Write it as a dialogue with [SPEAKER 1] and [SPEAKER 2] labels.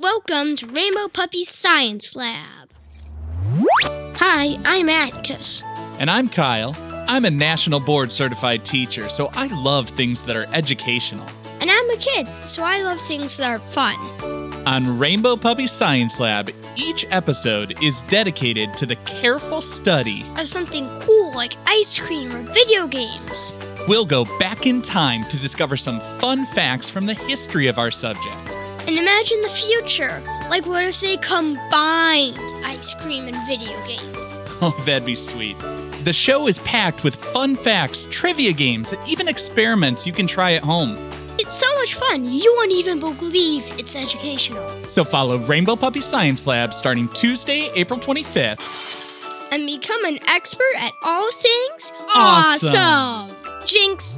[SPEAKER 1] Welcome to Rainbow Puppy Science Lab. Hi, I'm Atticus.
[SPEAKER 2] And I'm Kyle. I'm a national board certified teacher, so I love things that are educational.
[SPEAKER 1] And I'm a kid, so I love things that are fun.
[SPEAKER 2] On Rainbow Puppy Science Lab, each episode is dedicated to the careful study.
[SPEAKER 1] Of something cool like ice cream or video games.
[SPEAKER 2] We'll go back in time to discover some fun facts from the history of our subject.
[SPEAKER 1] And imagine the future. Like, what if they combined ice cream and video games?
[SPEAKER 2] Oh, that'd be sweet. The show is packed with fun facts, trivia games, and even experiments you can try at home.
[SPEAKER 1] It's so much fun, you won't even believe it's educational.
[SPEAKER 2] So follow Rainbow Puppy Science Lab starting Tuesday, April 25th.
[SPEAKER 1] And become an expert at all things
[SPEAKER 2] Awesome.
[SPEAKER 1] awesome. Jinx!